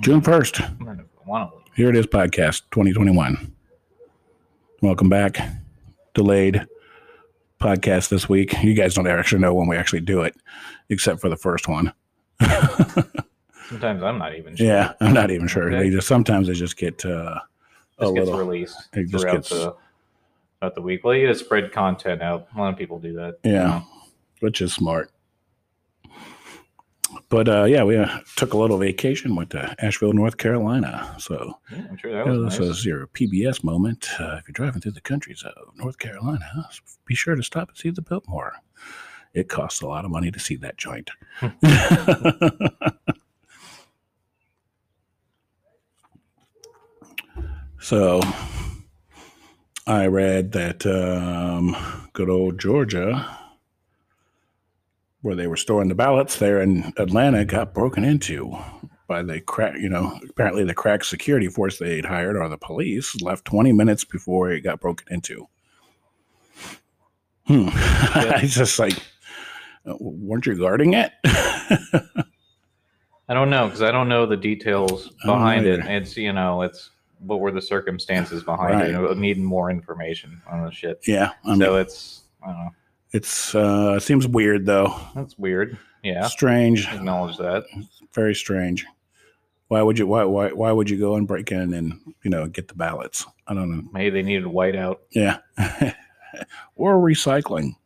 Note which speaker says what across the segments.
Speaker 1: June 1st.
Speaker 2: I'm gonna want to leave.
Speaker 1: Here it is, podcast 2021. Welcome back. Delayed podcast this week. You guys don't actually know when we actually do it, except for the first one.
Speaker 2: Sometimes I'm not even sure.
Speaker 1: yeah, I'm not even sure.
Speaker 2: Okay.
Speaker 1: They just sometimes they just get uh, a
Speaker 2: This gets
Speaker 1: little.
Speaker 2: released
Speaker 1: it just
Speaker 2: throughout
Speaker 1: gets-
Speaker 2: the throughout the week. Well, you just spread content out. A lot of people do that.
Speaker 1: Yeah, which is smart. But uh, yeah, we uh, took a little vacation, went to Asheville, North Carolina. So
Speaker 2: Yeah, I'm sure that
Speaker 1: Yeah,
Speaker 2: was
Speaker 1: this
Speaker 2: nice.
Speaker 1: is your PBS moment. Uh, if you're driving through the countries of North Carolina, be sure to stop and see the Biltmore. It costs a lot of money to see that joint. so I read that um, good old Georgia, where they were storing the ballots there in Atlanta, got broken into by the crack, you know, apparently the crack security force they'd hired or the police left 20 minutes before it got broken into. Hmm.
Speaker 2: Yeah.
Speaker 1: it's just like, uh, weren't you guarding it?
Speaker 2: I don't know because I don't know the details
Speaker 1: I don't know
Speaker 2: behind it.
Speaker 1: either.
Speaker 2: It's you know, it's what were the circumstances behind it?
Speaker 1: Right.
Speaker 2: I'm needing more information on the shit.
Speaker 1: yeah. I mean,
Speaker 2: so it's I don't know.
Speaker 1: it's, uh, seems weird though.
Speaker 2: That's weird. Yeah,
Speaker 1: Strange.
Speaker 2: acknowledge that.
Speaker 1: Very strange. Why would you, why, why, why would you go and break in and, you know, get the ballots? I don't know.
Speaker 2: Maybe they needed whiteout.
Speaker 1: Yeah. or recycling.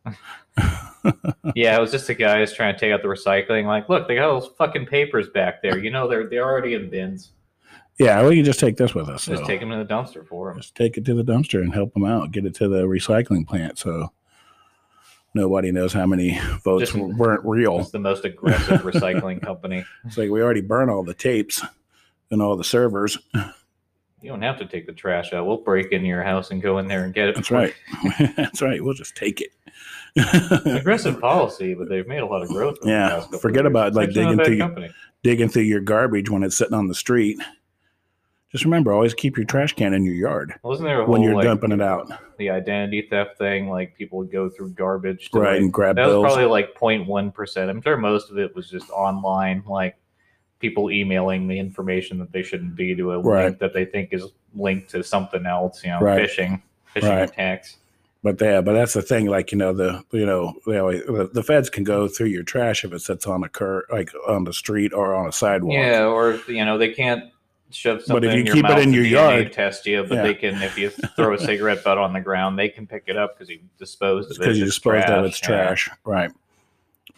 Speaker 2: yeah, it was just the guys trying to take out the recycling. Like, look, they got all those fucking papers back there. You know, they're they're already in bins.
Speaker 1: Yeah. We can just take this with us.
Speaker 2: Just
Speaker 1: so.
Speaker 2: take them to the dumpster for them.
Speaker 1: just take it to the dumpster and help them out get it to the recycling plant so nobody knows how many votes
Speaker 2: Just-
Speaker 1: w- weren't real
Speaker 2: It's the most aggressive recycling company.
Speaker 1: it's like we already burned all the tapes and all the servers
Speaker 2: You don't have to take the trash out. We'll break into your house and go in there and get it.
Speaker 1: that's
Speaker 2: for you.
Speaker 1: right that's right we'll just take it
Speaker 2: Aggressive policy, but they've made a lot of growth. over the
Speaker 1: Yeah,
Speaker 2: past couple of
Speaker 1: forget
Speaker 2: years.
Speaker 1: about, like,
Speaker 2: It's
Speaker 1: digging
Speaker 2: actually not a bad
Speaker 1: through your-
Speaker 2: company.
Speaker 1: digging through your garbage when it's sitting on the street just remember always keep your trash can in your yard
Speaker 2: Wasn't there a whole
Speaker 1: when you're
Speaker 2: Oh, like,
Speaker 1: dumping it out
Speaker 2: the identity theft thing? Like people would go through garbage. To,
Speaker 1: right
Speaker 2: like,
Speaker 1: and grab
Speaker 2: that was
Speaker 1: bills
Speaker 2: probably like 0.1 percent. I'm sure most of it was just online, like people emailing the information that they shouldn't be to a
Speaker 1: Right.
Speaker 2: link that they think is linked to something else. You know,
Speaker 1: Right.
Speaker 2: phishing, phishing
Speaker 1: Right.
Speaker 2: attacks.
Speaker 1: But yeah, but that's the thing. Like you know, the you know, they always, the, the feds can go through your trash if it sits on a cur like on the street or on a sidewalk.
Speaker 2: Yeah, or if, you know they can't shove something.
Speaker 1: But if you
Speaker 2: in your
Speaker 1: keep it
Speaker 2: mouth
Speaker 1: in
Speaker 2: and
Speaker 1: your
Speaker 2: DNA
Speaker 1: yard-
Speaker 2: test you, but
Speaker 1: Yeah.
Speaker 2: they can if you throw a cigarette butt on the ground, they can pick it up because you disposed of it.
Speaker 1: because you
Speaker 2: It's
Speaker 1: disposed of it's
Speaker 2: yeah.
Speaker 1: trash, right?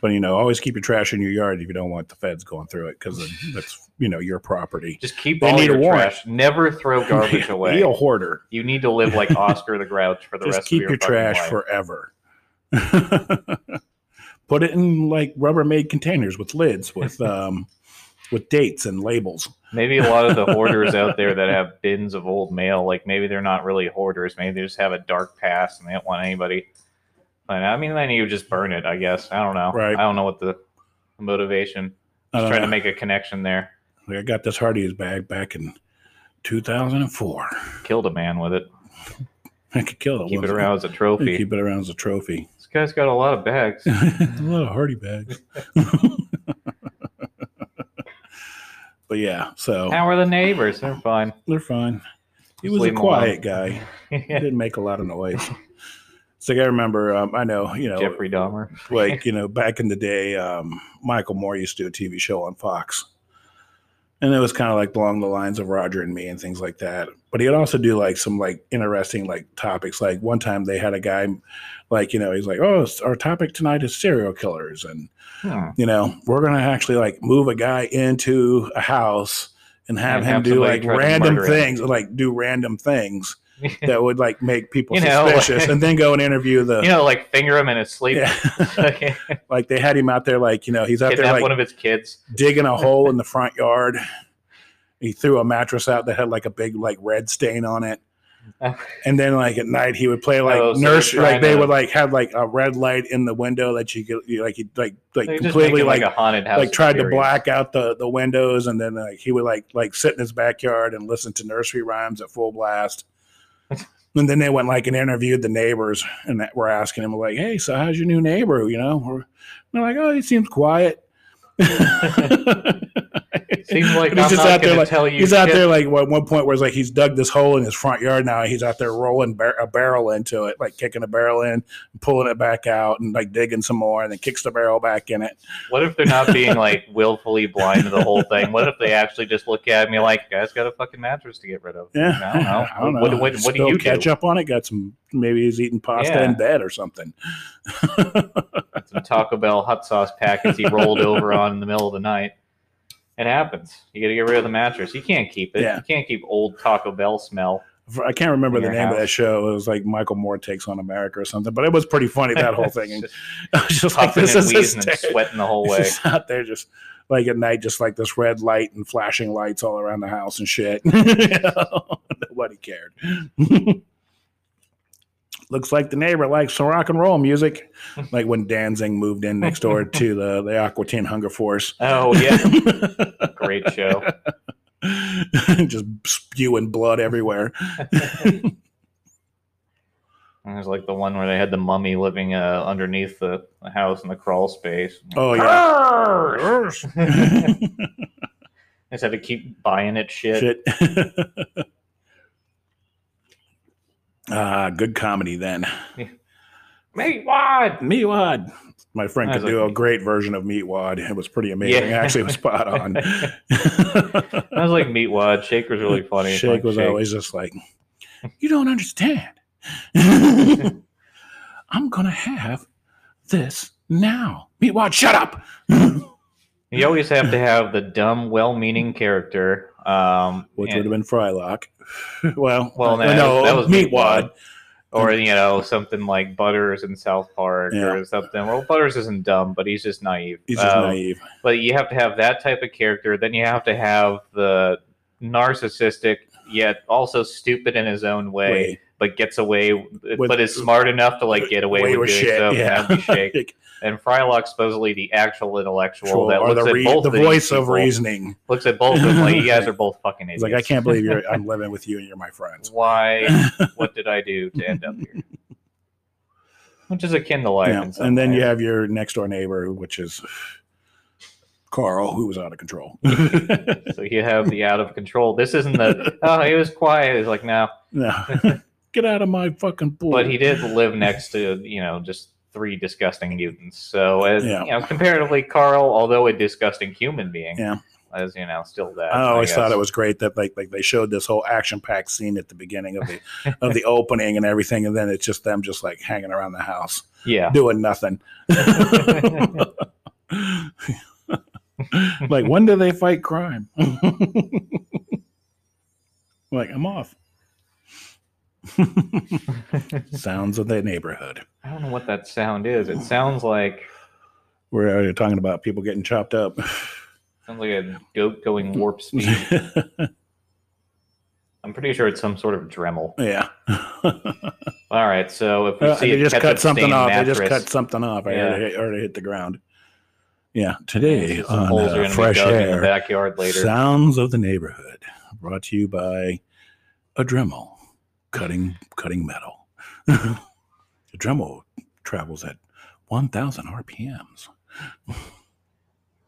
Speaker 1: But you know, always keep your trash in your yard if you don't want the feds going through it because that's you know your property.
Speaker 2: Just keep
Speaker 1: They
Speaker 2: all
Speaker 1: need
Speaker 2: your
Speaker 1: a warrant.
Speaker 2: trash. Never throw garbage away.
Speaker 1: Be a hoarder.
Speaker 2: You need to live like Oscar the Grouch for the
Speaker 1: Just
Speaker 2: rest
Speaker 1: keep
Speaker 2: of your,
Speaker 1: your
Speaker 2: fucking
Speaker 1: trash
Speaker 2: life.
Speaker 1: forever. Put it in like Rubbermaid containers with lids with um with dates and labels.
Speaker 2: Maybe a lot of the hoarders out there that have bins of old mail, like maybe they're not really hoarders. Maybe they just have a dark past and they don't want anybody. But I mean, then you just burn it, I guess. I don't know.
Speaker 1: Right.
Speaker 2: I don't know what the motivation.
Speaker 1: I
Speaker 2: Just
Speaker 1: don't
Speaker 2: trying
Speaker 1: know.
Speaker 2: to make a connection there.
Speaker 1: Like, I got this Hardee's bag back in 2004.
Speaker 2: Killed a man with it.
Speaker 1: I could kill it.
Speaker 2: Keep it
Speaker 1: once.
Speaker 2: around as a
Speaker 1: I could
Speaker 2: trophy.
Speaker 1: Keep it around as a trophy.
Speaker 2: This guy's got a lot of bags.
Speaker 1: a lot of Hardy bags. but yeah, so
Speaker 2: How are the neighbors? They're fine.
Speaker 1: they're fine. He
Speaker 2: Just
Speaker 1: was a
Speaker 2: leave 'em alone.
Speaker 1: quiet guy. He didn't make a lot of noise. It's like I remember. Um, I know you know,
Speaker 2: Jeffrey Dahmer.
Speaker 1: like you know, back in the day, um, Michael Moore used to do a TV show on Fox. And it was kind of like along the lines of Roger and me and things like that. But he'd also do like some like interesting like topics. Like one time they had a guy, like you know, he's like, "Oh, it's- our topic tonight is serial killers," and
Speaker 2: Hmm.
Speaker 1: you know, we're gonna actually like move a guy into a house and have
Speaker 2: And
Speaker 1: him
Speaker 2: have
Speaker 1: do
Speaker 2: somebody
Speaker 1: like
Speaker 2: try to
Speaker 1: random
Speaker 2: murder him.
Speaker 1: things, like do random things that would like make people
Speaker 2: You know,
Speaker 1: suspicious, and then go and interview the.
Speaker 2: You know, like finger him in his sleep.
Speaker 1: Uh, yeah,
Speaker 2: Okay.
Speaker 1: like they had him out there, like you know, he's out there
Speaker 2: Kidnap
Speaker 1: like
Speaker 2: one of his kids.
Speaker 1: digging a hole in the front yard. He threw a mattress out that had like a big like red stain on it.
Speaker 2: Oh.
Speaker 1: And then like at night he would play like
Speaker 2: Oh, so they're
Speaker 1: nurse like
Speaker 2: trying
Speaker 1: they
Speaker 2: to-
Speaker 1: would like have like a red light in the window that you could you, like you like like
Speaker 2: They just make
Speaker 1: completely
Speaker 2: him
Speaker 1: like,
Speaker 2: a haunted house.
Speaker 1: like tried to
Speaker 2: experience.
Speaker 1: black out the the windows and then like he would like like sit in his backyard and listen to nursery rhymes at full blast. And then they went like and interviewed the neighbors and that were asking him like, "Hey, so how's your new neighbor?" You know, We're- they're like, "Oh, he seems quiet."
Speaker 2: Seems like
Speaker 1: And he's
Speaker 2: I'm
Speaker 1: just
Speaker 2: not
Speaker 1: out there
Speaker 2: gonna
Speaker 1: like
Speaker 2: tell you
Speaker 1: he's out
Speaker 2: shit.
Speaker 1: there like well, at one point where it's like he's dug this hole in his front yard now. He's out there rolling bar- a barrel into it, like kicking a barrel in, pulling it back out, and like digging some more, and then kicks the barrel back in it.
Speaker 2: What if they're not being like willfully blind to the whole thing? What if they actually just look at me like, "Guy's got a fucking mattress to get rid of"?
Speaker 1: Yeah,
Speaker 2: I don't know. What, what, what do
Speaker 1: Spilled
Speaker 2: you
Speaker 1: catch
Speaker 2: do?
Speaker 1: up on it? Got some. Maybe he's eating pasta
Speaker 2: Yeah.
Speaker 1: in bed or something.
Speaker 2: Some Taco Bell hot sauce packets he rolled over on in the middle of the night. It happens. You got to get rid of the mattress. You can't keep it.
Speaker 1: Yeah.
Speaker 2: You can't keep old Taco Bell smell.
Speaker 1: I can't remember
Speaker 2: In
Speaker 1: the
Speaker 2: your
Speaker 1: name of that
Speaker 2: house.
Speaker 1: show. It was like Michael Moore takes on America or something, but it was pretty funny that whole thing. And I
Speaker 2: Just
Speaker 1: was just like,
Speaker 2: puffing
Speaker 1: this
Speaker 2: and
Speaker 1: is
Speaker 2: wheezing and
Speaker 1: hysterical.
Speaker 2: sweating the whole
Speaker 1: It's
Speaker 2: way.
Speaker 1: just out there, just like at night, just like this red light and flashing lights all around the house and shit. Nobody cared. Looks like the neighbor likes some rock and roll music, like when Danzig moved in next door to the the Aqua Teen Hunger Force.
Speaker 2: Oh yeah, great show.
Speaker 1: just spewing blood everywhere.
Speaker 2: And there's like the one where they had the mummy living uh, underneath the, the house in the crawl space.
Speaker 1: Oh yeah.
Speaker 2: yeah. I just had to keep buying it shit.
Speaker 1: Shit. Ah, good comedy then.
Speaker 2: Mate, what?
Speaker 1: Meatwad. My friend
Speaker 2: I
Speaker 1: could
Speaker 2: was
Speaker 1: do
Speaker 2: like-
Speaker 1: a great version of Meatwad. It was pretty amazing.
Speaker 2: Yeah.
Speaker 1: Actually, it was spot on.
Speaker 2: I was like, meat wad. Shake was really funny. It's
Speaker 1: Shake
Speaker 2: like,
Speaker 1: was always just like, you don't understand. I'm going to have this now. Meatwad, shut up.
Speaker 2: You always have to have the dumb, well-meaning character. Um,
Speaker 1: Which
Speaker 2: and-
Speaker 1: would have been Frylock. well,
Speaker 2: well,
Speaker 1: uh,
Speaker 2: no,
Speaker 1: no,
Speaker 2: that was
Speaker 1: Meatwad.
Speaker 2: or you know something like Butters in South Park
Speaker 1: Yeah.
Speaker 2: or something. Well, Butters isn't dumb, but he's just naive.
Speaker 1: He's just
Speaker 2: Um,
Speaker 1: naive.
Speaker 2: But you have to have that type of character. Then you have to have the narcissistic yet also stupid in his own way.
Speaker 1: Wait.
Speaker 2: But gets away,
Speaker 1: With-
Speaker 2: but is smart enough to like get away
Speaker 1: Way
Speaker 2: with,
Speaker 1: with
Speaker 2: doing
Speaker 1: shit,
Speaker 2: stuff.
Speaker 1: yeah.
Speaker 2: and that'd be Shake.
Speaker 1: Like,
Speaker 2: and Frylock supposedly the actual intellectual that
Speaker 1: or
Speaker 2: looks
Speaker 1: the,
Speaker 2: at
Speaker 1: re-
Speaker 2: both
Speaker 1: the
Speaker 2: of these
Speaker 1: voice of
Speaker 2: people-
Speaker 1: reasoning.
Speaker 2: looks at both of them like you guys are both fucking idiots.
Speaker 1: He's like, I can't believe you're. I'm living with you and you're my friends.
Speaker 2: Why? What did I do to end up here? Which is akin to life.
Speaker 1: Yeah,
Speaker 2: in some
Speaker 1: and then you
Speaker 2: ways.
Speaker 1: have your next door neighbor, which is Carl, who was out of control.
Speaker 2: so you have the out of control. This isn't the oh he was quiet. It's like no,
Speaker 1: no, get out of my fucking pool.
Speaker 2: but he did live next to you know just three disgusting mutants. So as
Speaker 1: Yeah.
Speaker 2: you know, comparatively, Carl, although a disgusting human being,
Speaker 1: Yeah.
Speaker 2: as you know, still that.
Speaker 1: I always thought
Speaker 2: guess.
Speaker 1: it was great that like like they showed this whole action packed scene at the beginning of the of the opening and everything, and then it's just them just like hanging around the house
Speaker 2: yeah.
Speaker 1: doing nothing. like when do they fight crime? like I'm off. Sounds of the neighborhood.
Speaker 2: I don't know what that sound is. It sounds like
Speaker 1: We're already talking about people getting chopped up.
Speaker 2: sounds like a goat going warp speed.
Speaker 1: yeah.
Speaker 2: I'm pretty sure it's some sort of Dremel.
Speaker 1: Uh,
Speaker 2: All right, so if we see
Speaker 1: they
Speaker 2: a
Speaker 1: just cut something
Speaker 2: ketchup-stained
Speaker 1: off.
Speaker 2: Mattress,
Speaker 1: They just cut something off. I
Speaker 2: Yeah.
Speaker 1: already, hit- already hit the ground. Yeah.
Speaker 2: it's
Speaker 1: Today
Speaker 2: just some
Speaker 1: on
Speaker 2: holes are
Speaker 1: uh,
Speaker 2: gonna be
Speaker 1: Fresh
Speaker 2: dug in the
Speaker 1: Air,
Speaker 2: backyard later.
Speaker 1: Sounds of the Neighborhood, brought to you by a Dremel, cutting cutting metal. the
Speaker 2: Mm-hmm.
Speaker 1: Dremel travels at 1,000 RPMs.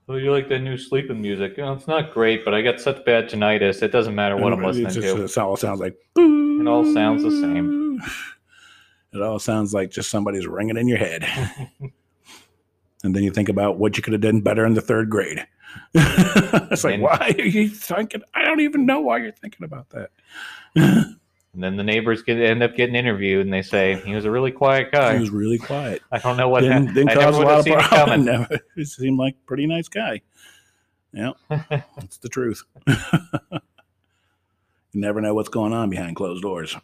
Speaker 2: Oh, you like that new sleeping music? Oh, it's not great, but I got such bad tinnitus. It doesn't matter what I'm
Speaker 1: It's
Speaker 2: listening
Speaker 1: just- It
Speaker 2: to.
Speaker 1: all sounds like.
Speaker 2: It all sounds the same.
Speaker 1: It all sounds like just somebody's ringing in your head. and then you think about what you could have done better in the third grade. it's like,
Speaker 2: And-
Speaker 1: why are you thinking? I don't even know why you're thinking about that.
Speaker 2: And then the neighbors get end up getting interviewed, and they say he was a really quiet
Speaker 1: He
Speaker 2: guy.
Speaker 1: was really quiet.
Speaker 2: I don't know what
Speaker 1: didn't,
Speaker 2: happened.
Speaker 1: didn't
Speaker 2: I
Speaker 1: cause
Speaker 2: never
Speaker 1: a
Speaker 2: would
Speaker 1: lot
Speaker 2: have
Speaker 1: of
Speaker 2: seen it
Speaker 1: problems.
Speaker 2: coming.
Speaker 1: Never, he seemed like a pretty nice guy. Yeah, that's the truth. you never know what's going on behind closed doors.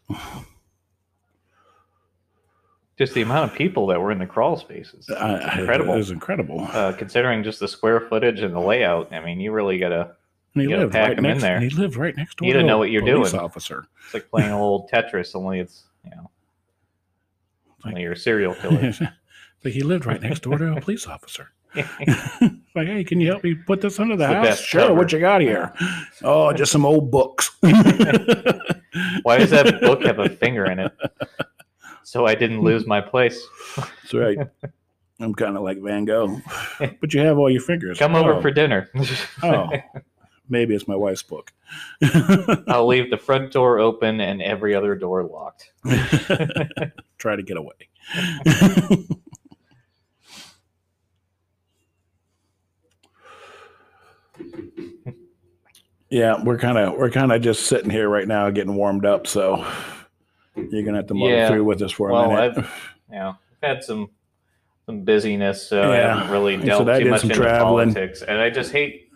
Speaker 2: Just the amount of people that were in the crawl spaces.
Speaker 1: I-
Speaker 2: It's
Speaker 1: I-
Speaker 2: incredible.
Speaker 1: It was incredible.
Speaker 2: uh, considering just the square footage and the layout, I mean, you really gotta.
Speaker 1: And he
Speaker 2: You gotta
Speaker 1: lived
Speaker 2: pack
Speaker 1: right
Speaker 2: him in
Speaker 1: next.
Speaker 2: there.
Speaker 1: and he lived right next door.
Speaker 2: You gotta
Speaker 1: to
Speaker 2: know
Speaker 1: a
Speaker 2: what you're
Speaker 1: police
Speaker 2: doing.
Speaker 1: office officer.
Speaker 2: It's like playing a little Tetris, only it's you know, only you're a serial killer.
Speaker 1: but he lived right next door to a police officer. Like, hey, can you help me put this under the
Speaker 2: It's the
Speaker 1: house?
Speaker 2: best
Speaker 1: sure.
Speaker 2: cover.
Speaker 1: What you got here? Oh, just some old books.
Speaker 2: Why does that book have a finger in it? So I didn't lose my place.
Speaker 1: That's right. I'm kind of like Van Gogh, but you have all your fingers.
Speaker 2: Come over
Speaker 1: Oh,
Speaker 2: for dinner.
Speaker 1: oh, Maybe it's my wife's book.
Speaker 2: I'll leave the front door open and every other door locked.
Speaker 1: Try to get away. yeah, we're kind of we're kind of just sitting here right now, getting warmed up. So you're gonna have to muddle
Speaker 2: Yeah.
Speaker 1: through with us for a
Speaker 2: Well,
Speaker 1: minute.
Speaker 2: You know, I've had some some busyness, so I
Speaker 1: Yeah.
Speaker 2: haven't really
Speaker 1: Like I
Speaker 2: delved
Speaker 1: said, I
Speaker 2: too
Speaker 1: did
Speaker 2: much
Speaker 1: some
Speaker 2: into
Speaker 1: traveling.
Speaker 2: politics. And I just hate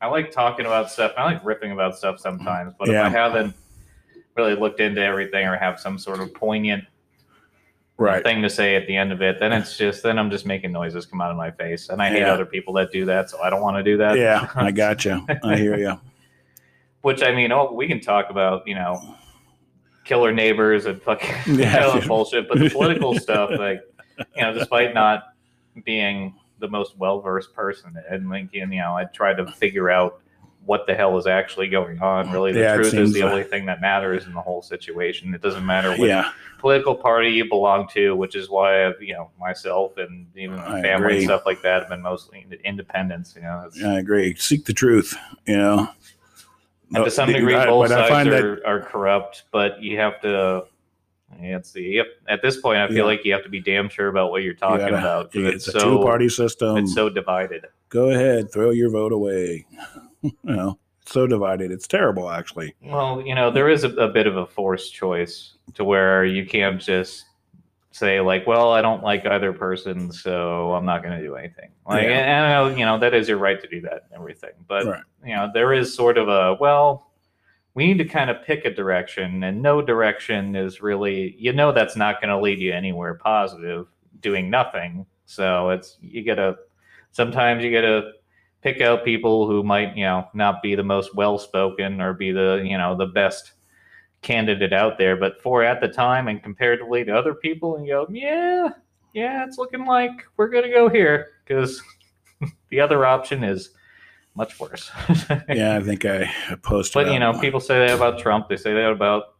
Speaker 2: I like talking about stuff. I like ripping about stuff sometimes, but
Speaker 1: Yeah.
Speaker 2: if I haven't really looked into everything or have some sort of poignant
Speaker 1: right.
Speaker 2: thing to say at the end of it, then it's just then I'm just making noises come out of my face, and I hate
Speaker 1: Yeah.
Speaker 2: other people that do that, so I don't want to do that.
Speaker 1: Yeah, I got you. I hear you.
Speaker 2: Which I mean, oh, we can talk about you know, killer neighbors and fucking
Speaker 1: Yeah.
Speaker 2: all that bullshit, but the political stuff, like you know, despite not being the most well versed person in Lincoln, you know, I try to figure out what the hell is actually going on. Really, the
Speaker 1: Yeah, it
Speaker 2: truth is
Speaker 1: seems
Speaker 2: the
Speaker 1: like-
Speaker 2: only thing that matters in the whole situation. It doesn't matter what
Speaker 1: Yeah,
Speaker 2: political party you belong to, which is why I've, you know myself and even my
Speaker 1: I
Speaker 2: family
Speaker 1: agree.
Speaker 2: and stuff like that have been mostly ind- independents. You know, it's,
Speaker 1: I agree. Seek the truth. You know,
Speaker 2: and to some degree,
Speaker 1: I-
Speaker 2: both
Speaker 1: but I
Speaker 2: sides
Speaker 1: find that-
Speaker 2: are, are corrupt, but you have to. yeah, It's the you have, at this point, I feel
Speaker 1: Yeah.
Speaker 2: like you have to be damn sure about what you're talking
Speaker 1: gotta-
Speaker 2: about. 'cause
Speaker 1: it's,
Speaker 2: it's
Speaker 1: a um,
Speaker 2: so
Speaker 1: two-party system.
Speaker 2: it's so divided.
Speaker 1: Go ahead, throw your vote away. you know, it's so divided. It's terrible, actually.
Speaker 2: Well, you know, there is a, a bit of a forced choice to where you can't just say like, "Well, I don't like either person, so I'm not going to do anything." Like,
Speaker 1: Yeah.
Speaker 2: and, and I know, you know, that is your right to do that and everything, but
Speaker 1: Right.
Speaker 2: you know, there is sort of a well, we need to kind of pick a direction, and no direction is really, you know, that's not going to lead you anywhere positive. Doing nothing, so it's you gotta. Sometimes you gotta pick out people who might you know not be the most well spoken or be the you know the best candidate out there but for at the time and comparatively to other people and go yeah yeah it's looking like we're gonna go here because the other option is much worse
Speaker 1: Yeah, I think I posted.
Speaker 2: but you
Speaker 1: up.
Speaker 2: know people say that about trump they say that about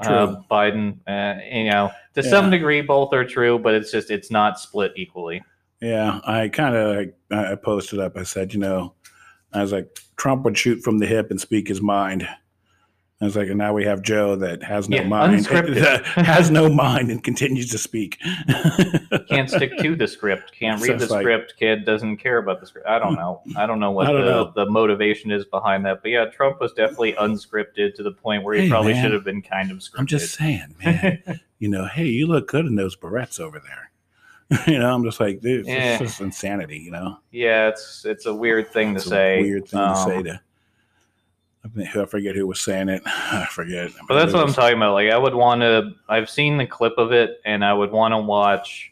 Speaker 2: uh,
Speaker 1: True.
Speaker 2: biden uh, you know to
Speaker 1: Yeah.
Speaker 2: some degree both are true but it's just it's not split equally
Speaker 1: Yeah, I kind of I I posted up. I said, you know, I was like, Trump would shoot from the hip and speak his mind. I was like, and now we have Joe that has no
Speaker 2: Yeah,
Speaker 1: mind,
Speaker 2: unscripted.
Speaker 1: that has no mind, and continues to speak.
Speaker 2: can't stick to the script, can't
Speaker 1: So
Speaker 2: read the
Speaker 1: it's like-
Speaker 2: script, kid doesn't care about the script. I don't know. I don't know what
Speaker 1: I don't
Speaker 2: the,
Speaker 1: know.
Speaker 2: the motivation is behind that. But yeah, Trump was definitely unscripted to the point where he
Speaker 1: Hey,
Speaker 2: probably
Speaker 1: man.
Speaker 2: should have been kind of scripted.
Speaker 1: I'm just saying, man. you know, hey, you look good in those barrettes over there. you know, I'm just like, dude,
Speaker 2: Yeah.
Speaker 1: this is just insanity. You know,
Speaker 2: yeah, it's it's a weird thing
Speaker 1: It's
Speaker 2: to
Speaker 1: a
Speaker 2: say.
Speaker 1: weird thing to
Speaker 2: Um,
Speaker 1: say to. I think- I forget who was saying it. I forget.
Speaker 2: But that's what I'm talking about. Like I would want to. I've seen the clip of it, and I would want to watch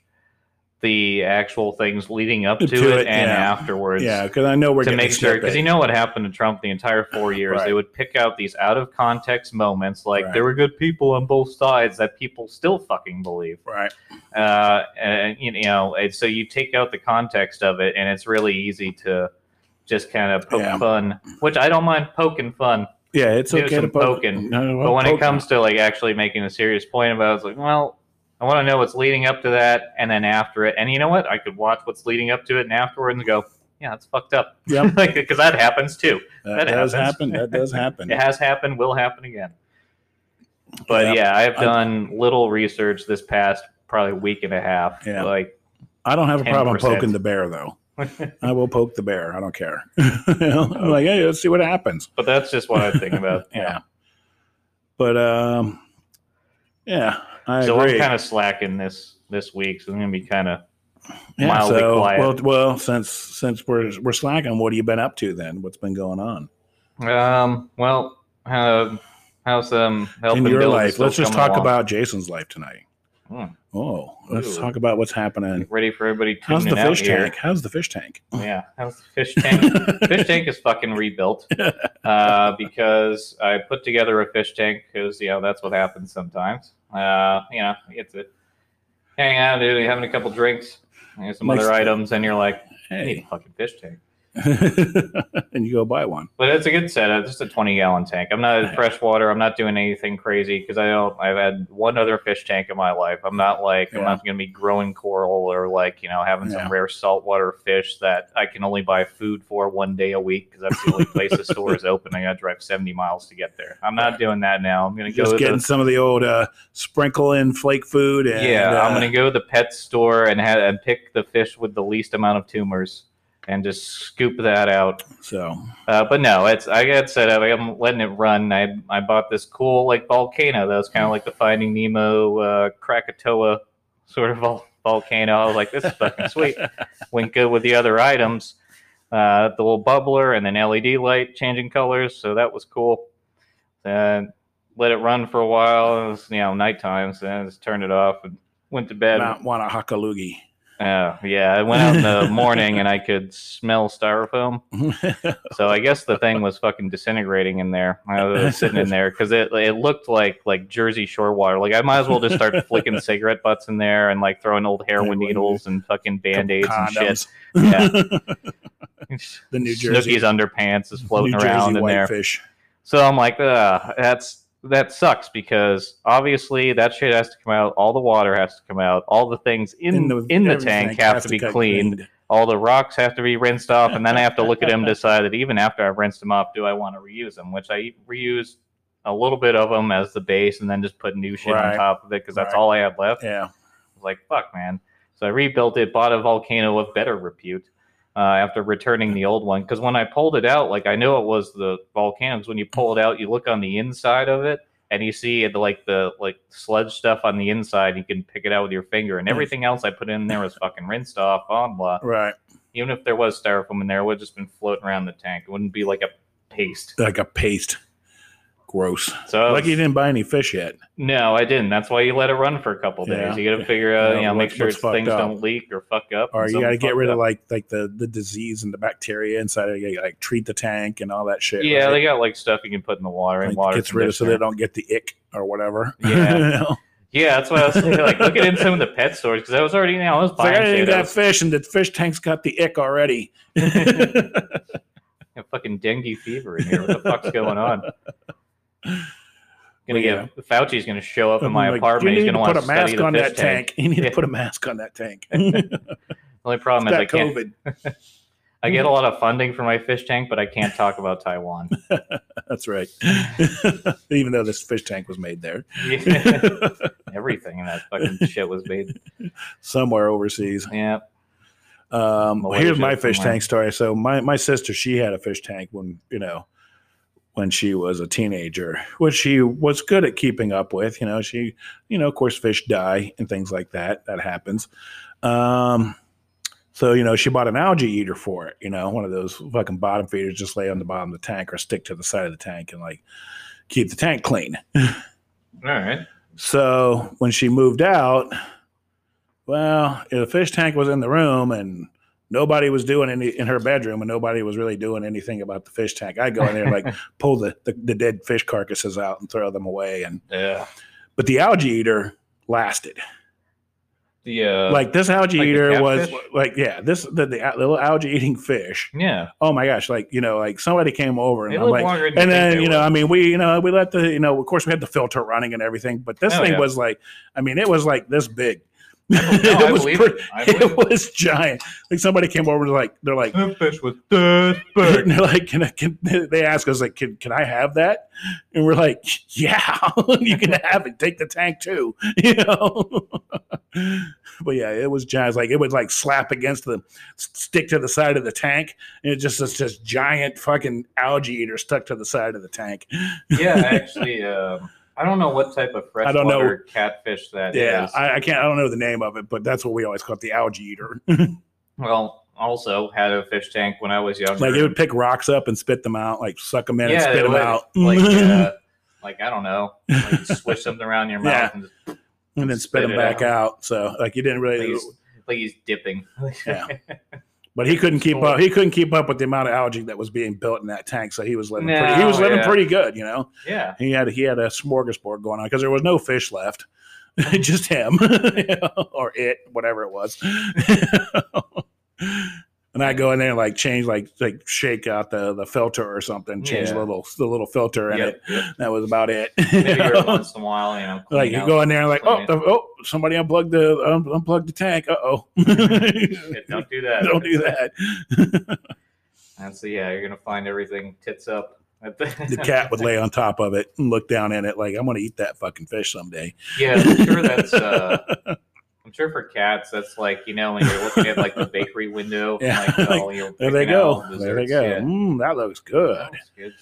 Speaker 2: the actual things leading up to,
Speaker 1: To
Speaker 2: it,
Speaker 1: it,
Speaker 2: and
Speaker 1: yeah.
Speaker 2: afterwards.
Speaker 1: Yeah, because I know we're
Speaker 2: to
Speaker 1: getting
Speaker 2: make
Speaker 1: a
Speaker 2: sure because
Speaker 1: snippet.
Speaker 2: you know what happened to Trump the entire four years.
Speaker 1: Right.
Speaker 2: They would pick out these out of context moments, like
Speaker 1: Right.
Speaker 2: there were good people on both sides that people still fucking believe.
Speaker 1: right?
Speaker 2: Uh, and you know, and so you take out the context of it, and it's really easy to just kind of poke
Speaker 1: Yeah.
Speaker 2: fun, which I don't mind poking fun.
Speaker 1: Yeah, it's
Speaker 2: Do
Speaker 1: okay to
Speaker 2: some
Speaker 1: poke.
Speaker 2: poking.
Speaker 1: No,
Speaker 2: But when it
Speaker 1: poking.
Speaker 2: comes to like actually making a serious point about it, it's like, well, I want to know what's leading up to that and then after it. And you know what? I could watch what's leading up to it and afterward and go, yeah, it's fucked up.
Speaker 1: Yep.
Speaker 2: like, because that happens too.
Speaker 1: that,
Speaker 2: that
Speaker 1: does happen.
Speaker 2: happens.
Speaker 1: That does happen.
Speaker 2: It has happened, will happen again. But yeah, I've
Speaker 1: I-
Speaker 2: done little research this past probably week and a half.
Speaker 1: Yeah.
Speaker 2: Like,
Speaker 1: I don't have a problem
Speaker 2: 10%.
Speaker 1: poking the bear though. I will poke the bear. I don't care. I'm
Speaker 2: Oh.
Speaker 1: like, hey, let's see what happens.
Speaker 2: but that's just what I think about.
Speaker 1: Yeah. But um, yeah, I
Speaker 2: So
Speaker 1: agree.
Speaker 2: I'm kind of slacking this this week, so I'm gonna be kind of
Speaker 1: yeah,
Speaker 2: mildly
Speaker 1: so,
Speaker 2: quiet.
Speaker 1: Well, well, since since we're we're slacking, what have you been up to then? What's been going on
Speaker 2: um. Well, uh, how's um helping
Speaker 1: in your
Speaker 2: Bill is
Speaker 1: life?
Speaker 2: still
Speaker 1: Let's just
Speaker 2: coming
Speaker 1: talk
Speaker 2: along.
Speaker 1: about Jason's life tonight.
Speaker 2: Hmm.
Speaker 1: Oh, let's
Speaker 2: Ooh.
Speaker 1: talk about what's happening.
Speaker 2: ready for everybody tuning
Speaker 1: How's the
Speaker 2: out
Speaker 1: fish
Speaker 2: here.
Speaker 1: tank? How's the fish tank?
Speaker 2: Yeah, how's the fish tank? fish tank is fucking rebuilt uh, because I put together a fish tank because you know that's what happens sometimes. Uh, you know, you get to hang out, dude, you're having a couple drinks, and some
Speaker 1: Nice.
Speaker 2: other items, and you're like, I need
Speaker 1: Hey,
Speaker 2: a fucking fish tank.
Speaker 1: and you go buy one.
Speaker 2: But it's a good setup. Just a twenty gallon tank. I'm not
Speaker 1: Nice.
Speaker 2: freshwater. I'm not doing anything crazy because I don't. I've had one other fish tank in my life. I'm not like I'm
Speaker 1: Yeah.
Speaker 2: not going to be growing coral or like you know having
Speaker 1: Yeah.
Speaker 2: some rare saltwater fish that I can only buy food for one day a week because that's the only place the store is open. I got to drive seventy miles to get there. I'm not doing that now. I'm going to go
Speaker 1: Just
Speaker 2: to
Speaker 1: getting
Speaker 2: the
Speaker 1: some of the old uh, sprinkle in flake food. And,
Speaker 2: yeah,
Speaker 1: uh,
Speaker 2: I'm gonna go to the pet store and ha- and pick the fish with the least amount of tumors and just scoop that out.
Speaker 1: So
Speaker 2: Uh, but no, it's I got set up. I'm letting it run. I I bought this cool like volcano that was kind of like the Finding Nemo uh, Krakatoa sort of vol- volcano. I was like, this is fucking sweet. Went good with the other items, uh, the little bubbler and then LED light changing colors. So that was cool. Then let it run for a while. It was, you know, nighttime, so I just turned it off and went to bed.
Speaker 1: Mount Wanahakalugi.
Speaker 2: Oh, yeah, I went out in the morning and I could smell styrofoam. So I guess the thing was fucking disintegrating in there. I was sitting in there because it it looked like like Jersey Shore water. Like I might as well just start flicking cigarette butts in there and like throwing old heroin
Speaker 1: Heroin.
Speaker 2: needles and fucking band aids and shit.
Speaker 1: Condoms.
Speaker 2: Yeah.
Speaker 1: The New Jersey-
Speaker 2: Snooki's underpants is floating
Speaker 1: New Jersey
Speaker 2: around in there.
Speaker 1: whitefish.
Speaker 2: So I'm like, Ugh, that's that sucks because obviously that shit has to come out. All the water has to come out. All the things in in the,
Speaker 1: everything
Speaker 2: tank have,
Speaker 1: has
Speaker 2: to be
Speaker 1: get
Speaker 2: cleaned all the rocks have to be rinsed off, and then I have to look at them, decide that even after I've rinsed them off, do I want to reuse them? Which I reuse a little bit of them as the base, and then just put new shit on
Speaker 1: Right.
Speaker 2: top of it because that's
Speaker 1: Right.
Speaker 2: all I have left.
Speaker 1: Yeah.
Speaker 2: I was like, fuck, man. So I rebuilt it, bought a volcano of better repute uh, after returning the old one. Because when I pulled it out, like I knew it was the volcano. 'cause when you pull it out, you look on the inside of it and you see the, like the like sludge stuff on the inside. You can pick it out with your finger, and
Speaker 1: Yes.
Speaker 2: everything else I put in there was fucking rinsed off. On blah.
Speaker 1: Right.
Speaker 2: Even if there was styrofoam in there, it would have just been floating around the tank. It wouldn't be like a paste.
Speaker 1: Like a paste. Gross.
Speaker 2: So I was-
Speaker 1: Lucky you didn't buy any fish yet.
Speaker 2: no, I didn't. That's why you let it run for a couple
Speaker 1: Yeah.
Speaker 2: days. You got to figure out,
Speaker 1: Yeah,
Speaker 2: you know, make
Speaker 1: what's-
Speaker 2: sure
Speaker 1: what's
Speaker 2: it's
Speaker 1: fucked
Speaker 2: things
Speaker 1: up.
Speaker 2: don't leak or fuck up.
Speaker 1: Or
Speaker 2: and
Speaker 1: you got to
Speaker 2: something
Speaker 1: get
Speaker 2: fucked
Speaker 1: rid
Speaker 2: up.
Speaker 1: of like like the the disease and the bacteria inside of it. Like treat the tank and all that shit.
Speaker 2: Yeah,
Speaker 1: right?
Speaker 2: they got like stuff you can put in the water and
Speaker 1: Like,
Speaker 2: water
Speaker 1: gets rid of so they
Speaker 2: conditioner.
Speaker 1: don't get the ick or whatever.
Speaker 2: Yeah. Yeah, that's why I was saying, like looking in some of the pet stores because I was already you know, I was
Speaker 1: It's like,
Speaker 2: buying
Speaker 1: I didn't
Speaker 2: shit.
Speaker 1: eat
Speaker 2: I
Speaker 1: that
Speaker 2: was-
Speaker 1: fish, and the fish tank's got the ick already.
Speaker 2: I got fucking dengue fever in here. What the fuck's going on? Gonna
Speaker 1: Well,
Speaker 2: get Fauci's gonna show up in my
Speaker 1: Like,
Speaker 2: apartment.
Speaker 1: You
Speaker 2: He's
Speaker 1: need to
Speaker 2: gonna want
Speaker 1: put
Speaker 2: to
Speaker 1: a
Speaker 2: study
Speaker 1: mask
Speaker 2: the
Speaker 1: on
Speaker 2: fish
Speaker 1: that
Speaker 2: tank.
Speaker 1: tank. You need
Speaker 2: Yeah.
Speaker 1: to put a mask on that tank.
Speaker 2: The only problem is I
Speaker 1: that
Speaker 2: can't
Speaker 1: COVID.
Speaker 2: I get a lot of funding for my fish tank, but I can't talk about Taiwan.
Speaker 1: That's right. Even though this fish tank was made there,
Speaker 2: Yeah. Everything in that fucking shit was made.
Speaker 1: somewhere overseas.
Speaker 2: Yeah.
Speaker 1: Um, well,
Speaker 2: Malaysia
Speaker 1: here's my fish
Speaker 2: somewhere.
Speaker 1: tank story. So my my sister, she had a fish tank when you know when she was a teenager, which she was good at keeping up with. You know, she you know of course fish die and things like that. That happens. Um, so you know she bought an algae eater for it. You know, one of those fucking bottom feeders just lay on the bottom of the tank or stick to the side of the tank and like keep the tank clean.
Speaker 2: All right.
Speaker 1: So when she moved out, well, the fish tank was in the room and nobody was doing any in her bedroom and nobody was really doing anything about the fish tank. I go in there and like pull the, the, the dead fish carcasses out and throw them away. And
Speaker 2: Yeah.
Speaker 1: but the algae eater lasted.
Speaker 2: The uh,
Speaker 1: like this algae
Speaker 2: like the
Speaker 1: eater was
Speaker 2: catfish?
Speaker 1: like yeah, this the, the al- little algae eating fish.
Speaker 2: yeah,
Speaker 1: Oh my gosh, like you know, like somebody came over and
Speaker 2: they
Speaker 1: I'm
Speaker 2: live
Speaker 1: like
Speaker 2: longer than
Speaker 1: and
Speaker 2: you think
Speaker 1: then
Speaker 2: they
Speaker 1: you know,
Speaker 2: would.
Speaker 1: I mean, we you know, we let the you know, of course, we had the filter running and everything, but this
Speaker 2: Oh,
Speaker 1: thing
Speaker 2: yeah.
Speaker 1: was like, I mean, it was like this big.
Speaker 2: No, I
Speaker 1: was
Speaker 2: believe
Speaker 1: pretty-
Speaker 2: it. I
Speaker 1: it
Speaker 2: believe it.
Speaker 1: was giant. Like somebody came over and like they're like,
Speaker 2: That fish was dead
Speaker 1: and they're like, can I? Can, they ask us like, can can I have that? And we're like, yeah, you can have it. Take the tank too, you know. but yeah, it was giant. It's Like it would like slap against the stick to the side of the tank, and it just it's just giant fucking algae eater stuck to the side of the tank.
Speaker 2: yeah, actually, um, I don't know what type of
Speaker 1: I don't know.
Speaker 2: freshwater catfish that is.
Speaker 1: Yeah, I, I can't. I don't know the name of it, but that's what we always call it, the algae eater.
Speaker 2: well, also had a fish tank when I was younger.
Speaker 1: like it would pick rocks up and spit them out, like suck them in and
Speaker 2: yeah,
Speaker 1: spit
Speaker 2: it
Speaker 1: them
Speaker 2: would,
Speaker 1: out,
Speaker 2: like uh, like I don't know, like swish something around your mouth
Speaker 1: Yeah.
Speaker 2: and just,
Speaker 1: and then spit
Speaker 2: spit
Speaker 1: them
Speaker 2: it
Speaker 1: back out.
Speaker 2: out.
Speaker 1: So like you didn't
Speaker 2: like
Speaker 1: really.
Speaker 2: he's, like he's dipping.
Speaker 1: Yeah. But he couldn't keep
Speaker 2: Cool.
Speaker 1: up. He couldn't keep up with the amount of algae that was being built in that tank. So he was living. pretty, he
Speaker 2: No,
Speaker 1: was living
Speaker 2: yeah.
Speaker 1: pretty good, you know.
Speaker 2: yeah.
Speaker 1: He had he had a smorgasbord going on because there was no fish left, just him you know, or it, whatever it was. And I go in there and like change, like like shake out the the filter or something, change
Speaker 2: Yeah.
Speaker 1: the little the little filter in
Speaker 2: Yep,
Speaker 1: it. That was about it.
Speaker 2: Maybe
Speaker 1: You
Speaker 2: every
Speaker 1: know?
Speaker 2: once in a while, you know.
Speaker 1: Like
Speaker 2: clean
Speaker 1: you
Speaker 2: out
Speaker 1: go in there and like, oh,
Speaker 2: clean
Speaker 1: the, oh, somebody unplugged the un- unplugged the tank. Uh oh,
Speaker 2: it. Yeah, don't do that.
Speaker 1: don't do that.
Speaker 2: And so yeah, you're gonna find everything tits up. At the,
Speaker 1: The cat would lay on top of it and look down in it like, I'm gonna eat that fucking fish someday.
Speaker 2: yeah, I'm sure that's. Uh, I'm sure for cats, that's like you know when you're looking at like the bakery window. and,
Speaker 1: Yeah.
Speaker 2: Like, all you're
Speaker 1: There they
Speaker 2: picking out
Speaker 1: go.
Speaker 2: all the
Speaker 1: There they
Speaker 2: desserts.
Speaker 1: go.
Speaker 2: Yeah.
Speaker 1: Mm, that looks good.
Speaker 2: That was good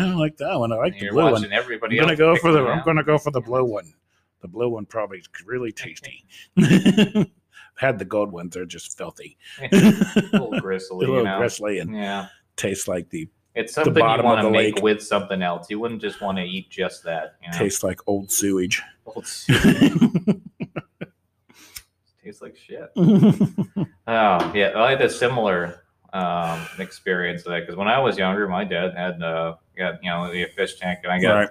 Speaker 1: I like that one. I like
Speaker 2: And
Speaker 1: the
Speaker 2: you're
Speaker 1: blue
Speaker 2: watching
Speaker 1: one. I'm
Speaker 2: everybody.
Speaker 1: gonna
Speaker 2: else
Speaker 1: go
Speaker 2: pick
Speaker 1: for the.
Speaker 2: them
Speaker 1: I'm
Speaker 2: out.
Speaker 1: gonna go for the blue one. The blue one probably is really tasty. Had the gold ones; they're just filthy,
Speaker 2: a little gristly,
Speaker 1: a little
Speaker 2: you know.
Speaker 1: gristly, and
Speaker 2: Yeah,
Speaker 1: tastes like the
Speaker 2: it's something you
Speaker 1: bottom of
Speaker 2: want
Speaker 1: the
Speaker 2: to make
Speaker 1: lake.
Speaker 2: with something else. You wouldn't just want to eat just that. You know?
Speaker 1: tastes like old sewage.
Speaker 2: Old tastes like shit.
Speaker 1: yeah,
Speaker 2: Oh yeah, I had a similar um, experience to that because when I was younger, my dad had uh, got you know the fish tank, and I got
Speaker 1: Right.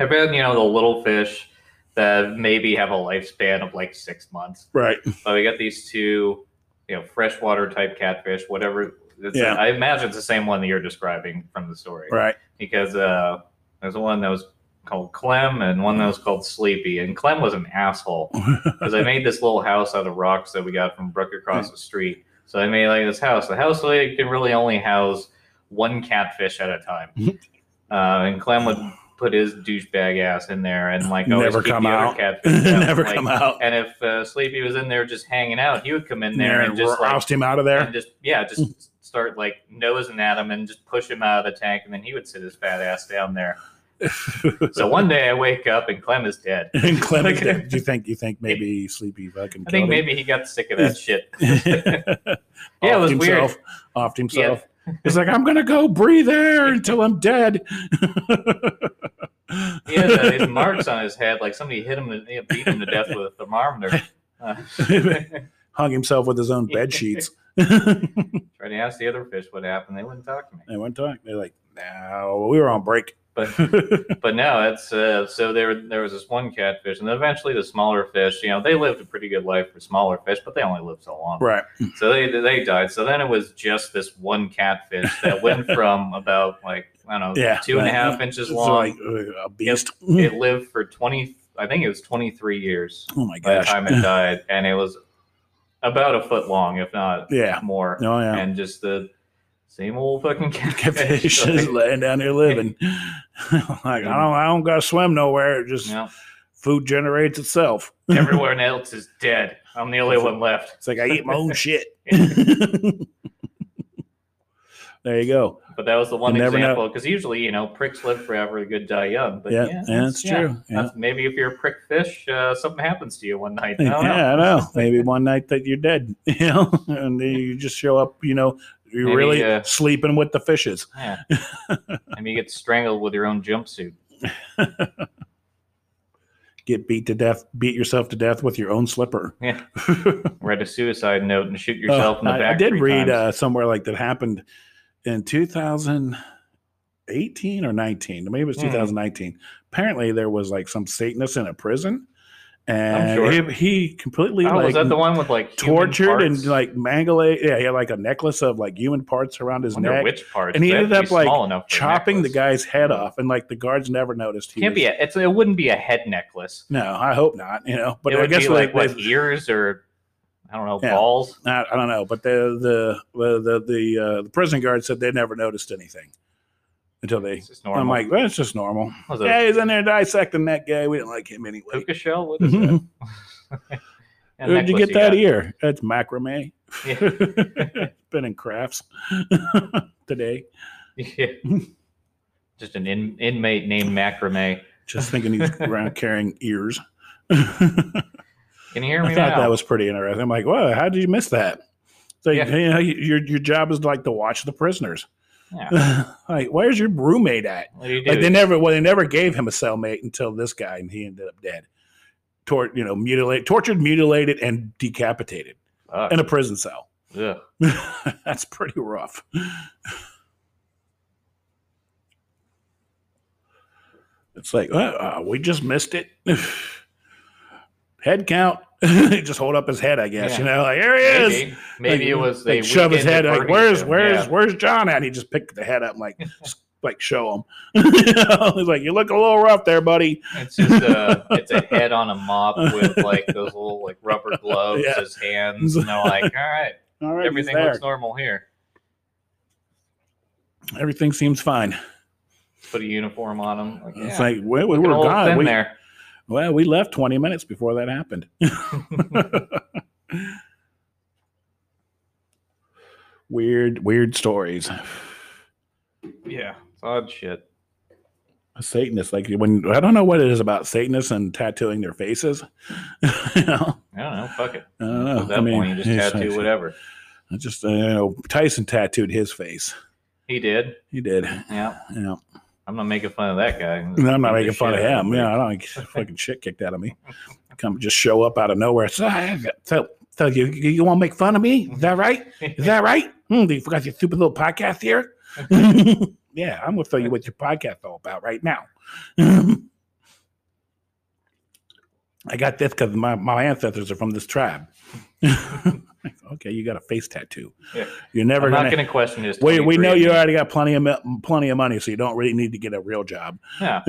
Speaker 2: I've been you know the little fish that maybe have a lifespan of like six months,
Speaker 1: right.
Speaker 2: but we got these two you know freshwater type catfish, whatever. It's,
Speaker 1: Yeah.
Speaker 2: I imagine it's the same one that you're describing from the story
Speaker 1: Right.
Speaker 2: because uh, there's one that was called Clem and one that was called Sleepy. And Clem was an asshole because I made this little house out of rocks that we got from Brook across the street. So I made like this house. The house like, can really only house one catfish at a time. uh, and Clem would put his douchebag ass in there and like always
Speaker 1: Never
Speaker 2: keep
Speaker 1: come
Speaker 2: the other
Speaker 1: out.
Speaker 2: catfish out.
Speaker 1: Never
Speaker 2: like-
Speaker 1: come out.
Speaker 2: And if uh, Sleepy was in there just hanging out, he would come in there and just like
Speaker 1: roust him out of there.
Speaker 2: and just yeah,
Speaker 1: Hmm.
Speaker 2: just start like nosing at him and just push him out of the tank, and then he would sit his fat ass down there. so one day I wake up and Clem is dead.
Speaker 1: and Clem is
Speaker 2: Okay.
Speaker 1: dead. Do you think? You think maybe Sleepy fucking?
Speaker 2: I think
Speaker 1: killed
Speaker 2: maybe he got sick of that shit.
Speaker 1: him?
Speaker 2: Yeah, it
Speaker 1: Offed
Speaker 2: was
Speaker 1: himself.
Speaker 2: weird.
Speaker 1: Offed himself. He's like, I'm gonna go breathe air until I'm dead.
Speaker 2: He had uh, his marks on his head, like somebody hit him, and they beat him to death with a thermometer. Uh,
Speaker 1: Hung himself with his own bed sheets.
Speaker 2: tried to ask the other fish what happened. They wouldn't talk to me.
Speaker 1: They went talk. They're like, no, we were on break.
Speaker 2: But but no, it's uh, so there there was this one catfish, and then eventually the smaller fish. You know, they lived a pretty good life for smaller fish, but they only lived so long.
Speaker 1: right.
Speaker 2: So they they died. So then it was just this one catfish that went from about like I don't know
Speaker 1: Yeah.
Speaker 2: two and a
Speaker 1: right.
Speaker 2: half inches
Speaker 1: It's
Speaker 2: long.
Speaker 1: like uh, a beast.
Speaker 2: it lived for twenty. I think it was twenty three years
Speaker 1: oh my
Speaker 2: by the
Speaker 1: gosh.
Speaker 2: time it died, and it was about a foot long, if not
Speaker 1: yeah.
Speaker 2: more.
Speaker 1: Oh yeah.
Speaker 2: And just the same old fucking catfish.
Speaker 1: Catfish is
Speaker 2: like,
Speaker 1: laying down here living. like I don't, I don't gotta swim nowhere. It just
Speaker 2: you know,
Speaker 1: food generates itself.
Speaker 2: everyone else is dead. I'm the only one left.
Speaker 1: It's like I eat my own shit. there you go.
Speaker 2: But that was the one
Speaker 1: You never know.
Speaker 2: example because usually you know pricks live forever, the good die young. But
Speaker 1: yeah,
Speaker 2: yeah,
Speaker 1: yeah, that's
Speaker 2: yeah.
Speaker 1: true. Yeah.
Speaker 2: That's- maybe if you're a prick fish, uh, something happens to you one night. I
Speaker 1: Yeah,
Speaker 2: don't know.
Speaker 1: I know. Maybe one night that you're dead, you know, and then you just show up, you know, you're
Speaker 2: Maybe,
Speaker 1: really
Speaker 2: uh,
Speaker 1: sleeping with the fishes.
Speaker 2: Yeah. Maybe you get strangled with your own jumpsuit.
Speaker 1: Get beat to death, beat yourself to death with your own slipper.
Speaker 2: Yeah.
Speaker 1: Oh,
Speaker 2: Write a suicide note and shoot yourself in the
Speaker 1: I-
Speaker 2: back.
Speaker 1: I, did
Speaker 2: three
Speaker 1: read
Speaker 2: times.
Speaker 1: uh, somewhere like that happened in 2018 or 19. Maybe it was
Speaker 2: Hmm.
Speaker 1: 2019. Apparently, there was like some Satanist in a prison, and
Speaker 2: sure.
Speaker 1: he, he completely
Speaker 2: oh,
Speaker 1: like
Speaker 2: was that the one with like human
Speaker 1: tortured and
Speaker 2: parts?
Speaker 1: like mangled. Yeah, he had like a necklace of like human parts around his
Speaker 2: Wonder
Speaker 1: neck,
Speaker 2: which parts?
Speaker 1: and he
Speaker 2: They have
Speaker 1: ended
Speaker 2: to be
Speaker 1: up, like,
Speaker 2: small enough for a
Speaker 1: chopping the
Speaker 2: necklace.
Speaker 1: guy's head off, and like the guards never noticed. He
Speaker 2: Can't be.
Speaker 1: was-
Speaker 2: A, it's it wouldn't be a head necklace.
Speaker 1: no, I hope not. You know, but
Speaker 2: it
Speaker 1: I
Speaker 2: would
Speaker 1: guess
Speaker 2: be
Speaker 1: they-
Speaker 2: like what
Speaker 1: they-
Speaker 2: ears or I don't know
Speaker 1: Yeah.
Speaker 2: balls.
Speaker 1: I, I don't know. But the the the the the, uh, the prison guard said they never noticed anything until they.
Speaker 2: It's just normal.
Speaker 1: I'm like, well, it's just normal.
Speaker 2: was it
Speaker 1: Yeah, he's in there dissecting that guy. We didn't like him
Speaker 2: a
Speaker 1: anyway.
Speaker 2: puka shell? What is that?
Speaker 1: Where'd
Speaker 2: A
Speaker 1: Mm-hmm. you
Speaker 2: necklace
Speaker 1: get that
Speaker 2: got.
Speaker 1: ear? That's macrame.
Speaker 2: Yeah.
Speaker 1: Been in crafts today.
Speaker 2: Yeah. Just an in, inmate named Macrame.
Speaker 1: Just thinking he's around carrying ears.
Speaker 2: Can you hear me
Speaker 1: I thought
Speaker 2: now?
Speaker 1: that was pretty interesting. I'm like, whoa, how did you miss that? It's like,
Speaker 2: Yeah.
Speaker 1: you know, you- your, your job is like to watch the prisoners.
Speaker 2: Yeah.
Speaker 1: like, where's your roommate at?
Speaker 2: What do you do?
Speaker 1: Like, they never, well, they never gave him a cellmate until this guy, and he ended up dead. Tor- you know, mutilated, tortured, mutilated, and decapitated
Speaker 2: Fuck.
Speaker 1: in a prison cell.
Speaker 2: Ugh.
Speaker 1: That's pretty rough. It's like, uh, uh, we just missed it. Head count. he just hold up his head, I guess.
Speaker 2: Yeah.
Speaker 1: You know, like here he is.
Speaker 2: Maybe, maybe
Speaker 1: Like,
Speaker 2: it was they
Speaker 1: Like shove his
Speaker 2: weakened
Speaker 1: head.
Speaker 2: the
Speaker 1: Like
Speaker 2: Bernie
Speaker 1: where's
Speaker 2: thing,
Speaker 1: where's
Speaker 2: yeah.
Speaker 1: where's John at? He just picked the head up, and, like s- like show him. you know? He's like, you look a little rough there, buddy.
Speaker 2: It's just a it's a head on a mop with like those little like rubber gloves
Speaker 1: Yeah.
Speaker 2: as hands, and they're like, all right,
Speaker 1: All right, he's
Speaker 2: everything
Speaker 1: there.
Speaker 2: looks normal here.
Speaker 1: everything seems fine.
Speaker 2: Put a uniform on them. Like, yeah,
Speaker 1: It's like we, we
Speaker 2: looking
Speaker 1: were
Speaker 2: a little
Speaker 1: gone.
Speaker 2: thin
Speaker 1: We,
Speaker 2: there.
Speaker 1: well, we left twenty minutes before that happened. weird, weird stories.
Speaker 2: Yeah, it's odd shit.
Speaker 1: Satanists, like when I don't know what it is about Satanists and tattooing their faces. you know,
Speaker 2: I don't know. Fuck it.
Speaker 1: I don't know.
Speaker 2: At that
Speaker 1: I mean,
Speaker 2: point, you just
Speaker 1: it's-
Speaker 2: tattoo whatever.
Speaker 1: I just you know Tyson tattooed his face.
Speaker 2: He did.
Speaker 1: He did.
Speaker 2: Yeah,
Speaker 1: You know,
Speaker 2: I'm not making fun of that guy.
Speaker 1: and I'm not making
Speaker 2: Just
Speaker 1: fun of
Speaker 2: shit out
Speaker 1: him. Yeah, I don't get fucking shit kicked out of me. Come just show up out of nowhere. So, I- so, so you you want to make fun of me? Is that right? Is that right? Hmm, do you forgot your stupid little podcast here? yeah, I'm gonna tell you what your podcast all about right now. I got this because my, my ancestors are from this tribe. okay, you got a face tattoo.
Speaker 2: Yeah.
Speaker 1: You're never
Speaker 2: I'm
Speaker 1: gonna.
Speaker 2: not going to question his.
Speaker 1: we, we know you
Speaker 2: 23andMe.
Speaker 1: already got plenty of mi- plenty of money, so you don't really need to get a real job.
Speaker 2: Yeah.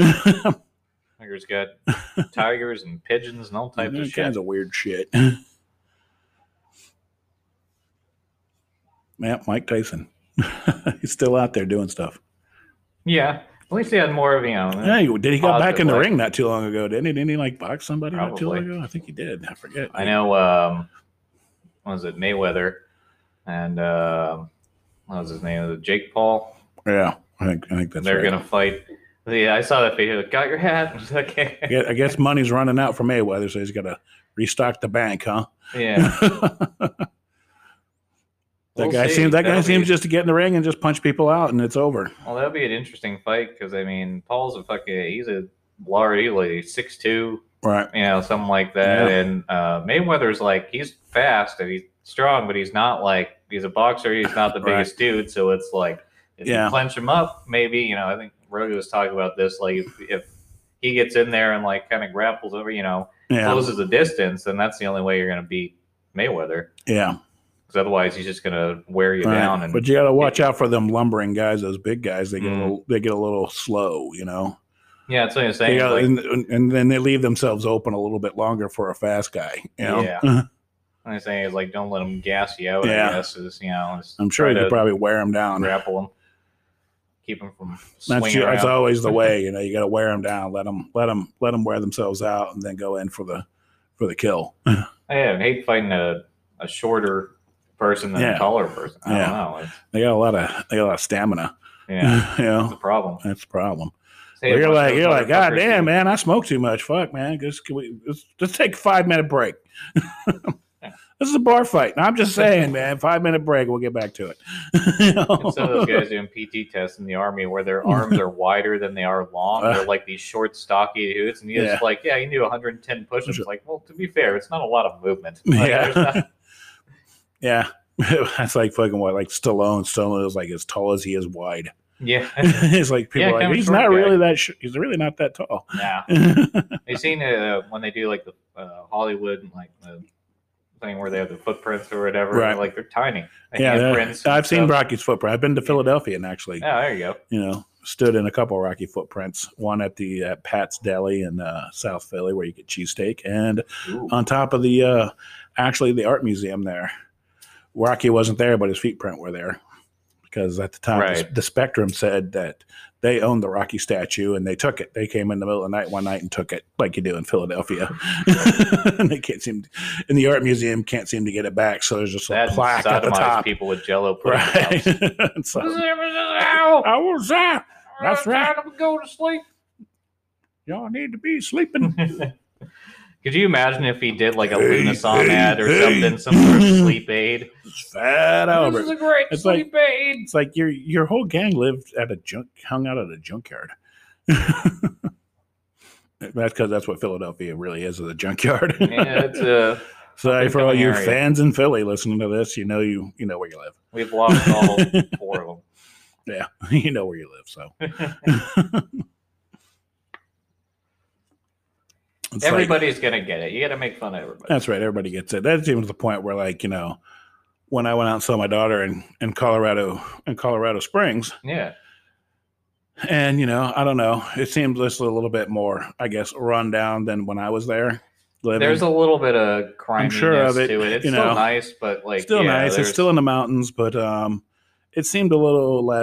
Speaker 2: Tiger's got tigers and pigeons and all types of
Speaker 1: All
Speaker 2: shit.
Speaker 1: kinds of weird shit. Yeah, Mike Tyson. He's still out there doing stuff.
Speaker 2: yeah. At least he had more of you know.
Speaker 1: Yeah, he, did he got back in the
Speaker 2: Positively.
Speaker 1: ring not too long ago? Didn't he? Didn't he like box somebody not too long
Speaker 2: Probably.
Speaker 1: ago? I think he did. I forget.
Speaker 2: I know. Um, what was it Mayweather and um what was his name? Jake Paul.
Speaker 1: Yeah, I think I think that's
Speaker 2: They're
Speaker 1: right.
Speaker 2: gonna fight. Yeah, I saw that video. Got your hat. I was like,
Speaker 1: I
Speaker 2: okay.
Speaker 1: guess, I guess money's running out for Mayweather, so he's got to restock the bank, huh?
Speaker 2: Yeah.
Speaker 1: that
Speaker 2: We'll
Speaker 1: guy
Speaker 2: see.
Speaker 1: seems that guy
Speaker 2: That'll be-
Speaker 1: seems just to get in the ring and just punch people out, and it's over.
Speaker 2: Well, that'd be an interesting fight because I mean, Paul's a fucking. He's a large. He's like six two.
Speaker 1: Right.
Speaker 2: you know, something like that.
Speaker 1: Yeah.
Speaker 2: And uh, Mayweather's like he's fast and he's strong, but he's not like he's a boxer. He's not the
Speaker 1: Right.
Speaker 2: biggest dude, so it's like if
Speaker 1: Yeah.
Speaker 2: you clench him up, maybe you know. I think Rogi was talking about this. Like if, if he gets in there and like kind of grapples over, you know,
Speaker 1: Yeah.
Speaker 2: closes the distance, then that's the only way you're going to beat Mayweather.
Speaker 1: yeah.
Speaker 2: Because otherwise, he's just going to wear you
Speaker 1: Right.
Speaker 2: down. And
Speaker 1: but you got to watch out for them lumbering guys, those big guys. They get a
Speaker 2: Mm.
Speaker 1: little, they get a little slow, you know.
Speaker 2: yeah, that's what I'm
Speaker 1: They
Speaker 2: saying.
Speaker 1: gotta-
Speaker 2: like,
Speaker 1: and, and, and then they leave themselves open a little bit longer for a fast guy. You know?
Speaker 2: Yeah. what I'm saying is like don't let him gas you out.
Speaker 1: Yeah.
Speaker 2: I guess is you know. is
Speaker 1: I'm sure
Speaker 2: try
Speaker 1: you could
Speaker 2: to
Speaker 1: probably wear them down.
Speaker 2: grapple him, keep him from swinging
Speaker 1: That's your, that's
Speaker 2: around.
Speaker 1: always the way. You know, you got to wear them down, let them let them let them wear themselves out, and then go in for the for the kill.
Speaker 2: Yeah, I hate fighting a, a shorter person than
Speaker 1: Yeah.
Speaker 2: a taller person. I
Speaker 1: Yeah.
Speaker 2: don't know. It's,
Speaker 1: They got a lot of they got a lot of stamina.
Speaker 2: yeah,
Speaker 1: you
Speaker 2: that's the
Speaker 1: know,
Speaker 2: problem.
Speaker 1: that's the problem.
Speaker 2: Say
Speaker 1: you're
Speaker 2: one of
Speaker 1: like
Speaker 2: those
Speaker 1: you're like God
Speaker 2: motherfuckers
Speaker 1: damn
Speaker 2: who-
Speaker 1: man, I smoke too much. Fuck man, just can we let's, let's take a five minute break. this is a bar fight. I'm just saying, man, five minute break. We'll get back to it. You know?
Speaker 2: It's some of those guys doing PT tests in the army where their arms are wider than they are long. They're like these short, stocky dudes, and he's
Speaker 1: Uh. Yeah.
Speaker 2: like, "Yeah, you can do 110 push-ups."
Speaker 1: Sure.
Speaker 2: Like, well, to be fair, it's not a lot of movement. Like, there's
Speaker 1: Yeah.
Speaker 2: not-
Speaker 1: yeah. That's like fucking what, like Stallone. Stallone is like as tall as he is wide.
Speaker 2: yeah,
Speaker 1: it's like people
Speaker 2: Yeah,
Speaker 1: are
Speaker 2: kind of
Speaker 1: like
Speaker 2: a
Speaker 1: he's
Speaker 2: short
Speaker 1: not
Speaker 2: guy."
Speaker 1: really that. Sh- he's really not that tall.
Speaker 2: nah. They've seen uh, when they do like the uh, Hollywood and like the thing where they have the footprints or whatever. and they're
Speaker 1: Right.
Speaker 2: Like they're tiny. The
Speaker 1: yeah, that-
Speaker 2: handprints and
Speaker 1: I've seen
Speaker 2: stuff.
Speaker 1: Rocky's footprint. I've been to Philadelphia and actually,
Speaker 2: Yeah, there you go.
Speaker 1: you know, stood in a couple Rocky footprints. One at the uh, Pat's Deli in uh, South Philly where you get cheesesteak, and
Speaker 2: Ooh.
Speaker 1: on top of the uh, actually the art museum there. Rocky wasn't there, but his feet print were there because at the time the-
Speaker 2: Right.
Speaker 1: the Spectrum said that they owned the Rocky statue and they took it. They came in the middle of the night one night and took it, like you do in Philadelphia. and they can't seem, to, and the art museum can't seem to get it back. So there's just a
Speaker 2: That
Speaker 1: plaque at the
Speaker 2: sodomized
Speaker 1: top,
Speaker 2: people with Jello pudding.
Speaker 1: right?
Speaker 2: cups.
Speaker 1: And so, I was that. That's right.
Speaker 2: I'm going to sleep.
Speaker 1: Y'all need to be sleeping.
Speaker 2: Could you imagine if he did like a
Speaker 1: Hey,
Speaker 2: Lunasan
Speaker 1: hey,
Speaker 2: ad or
Speaker 1: hey.
Speaker 2: something, some sort of sleep aid?
Speaker 1: It's fat Albert.
Speaker 2: a great
Speaker 1: It's like-
Speaker 2: aid.
Speaker 1: It's like your your whole gang lived at a junk, hung out at a junkyard. that's because that's what Philadelphia really is, is a junkyard.
Speaker 2: yeah, it's, uh,
Speaker 1: so
Speaker 2: up-and-coming
Speaker 1: for all you
Speaker 2: area.
Speaker 1: fans in Philly listening to this, you know you you know where you live.
Speaker 2: we've lost all four of
Speaker 1: Yeah, you know where you live. So
Speaker 2: them.
Speaker 1: It's like-
Speaker 2: Everybody's gonna get it. You got to make fun of everybody.
Speaker 1: That's right. Everybody gets it. That's even to the point where, like, you know, when I went out and saw my daughter in, in Colorado, in Colorado Springs,
Speaker 2: yeah,
Speaker 1: and, you know, I don't know, it seemed just a little bit more, I guess, run down than when I was there. Living.
Speaker 2: there's a little bit of crime
Speaker 1: sure of it,
Speaker 2: to it. It's
Speaker 1: you
Speaker 2: still
Speaker 1: know.
Speaker 2: nice, but like
Speaker 1: still
Speaker 2: yeah,
Speaker 1: nice. It's
Speaker 2: there's-
Speaker 1: still in the mountains, but um, it seemed a little less.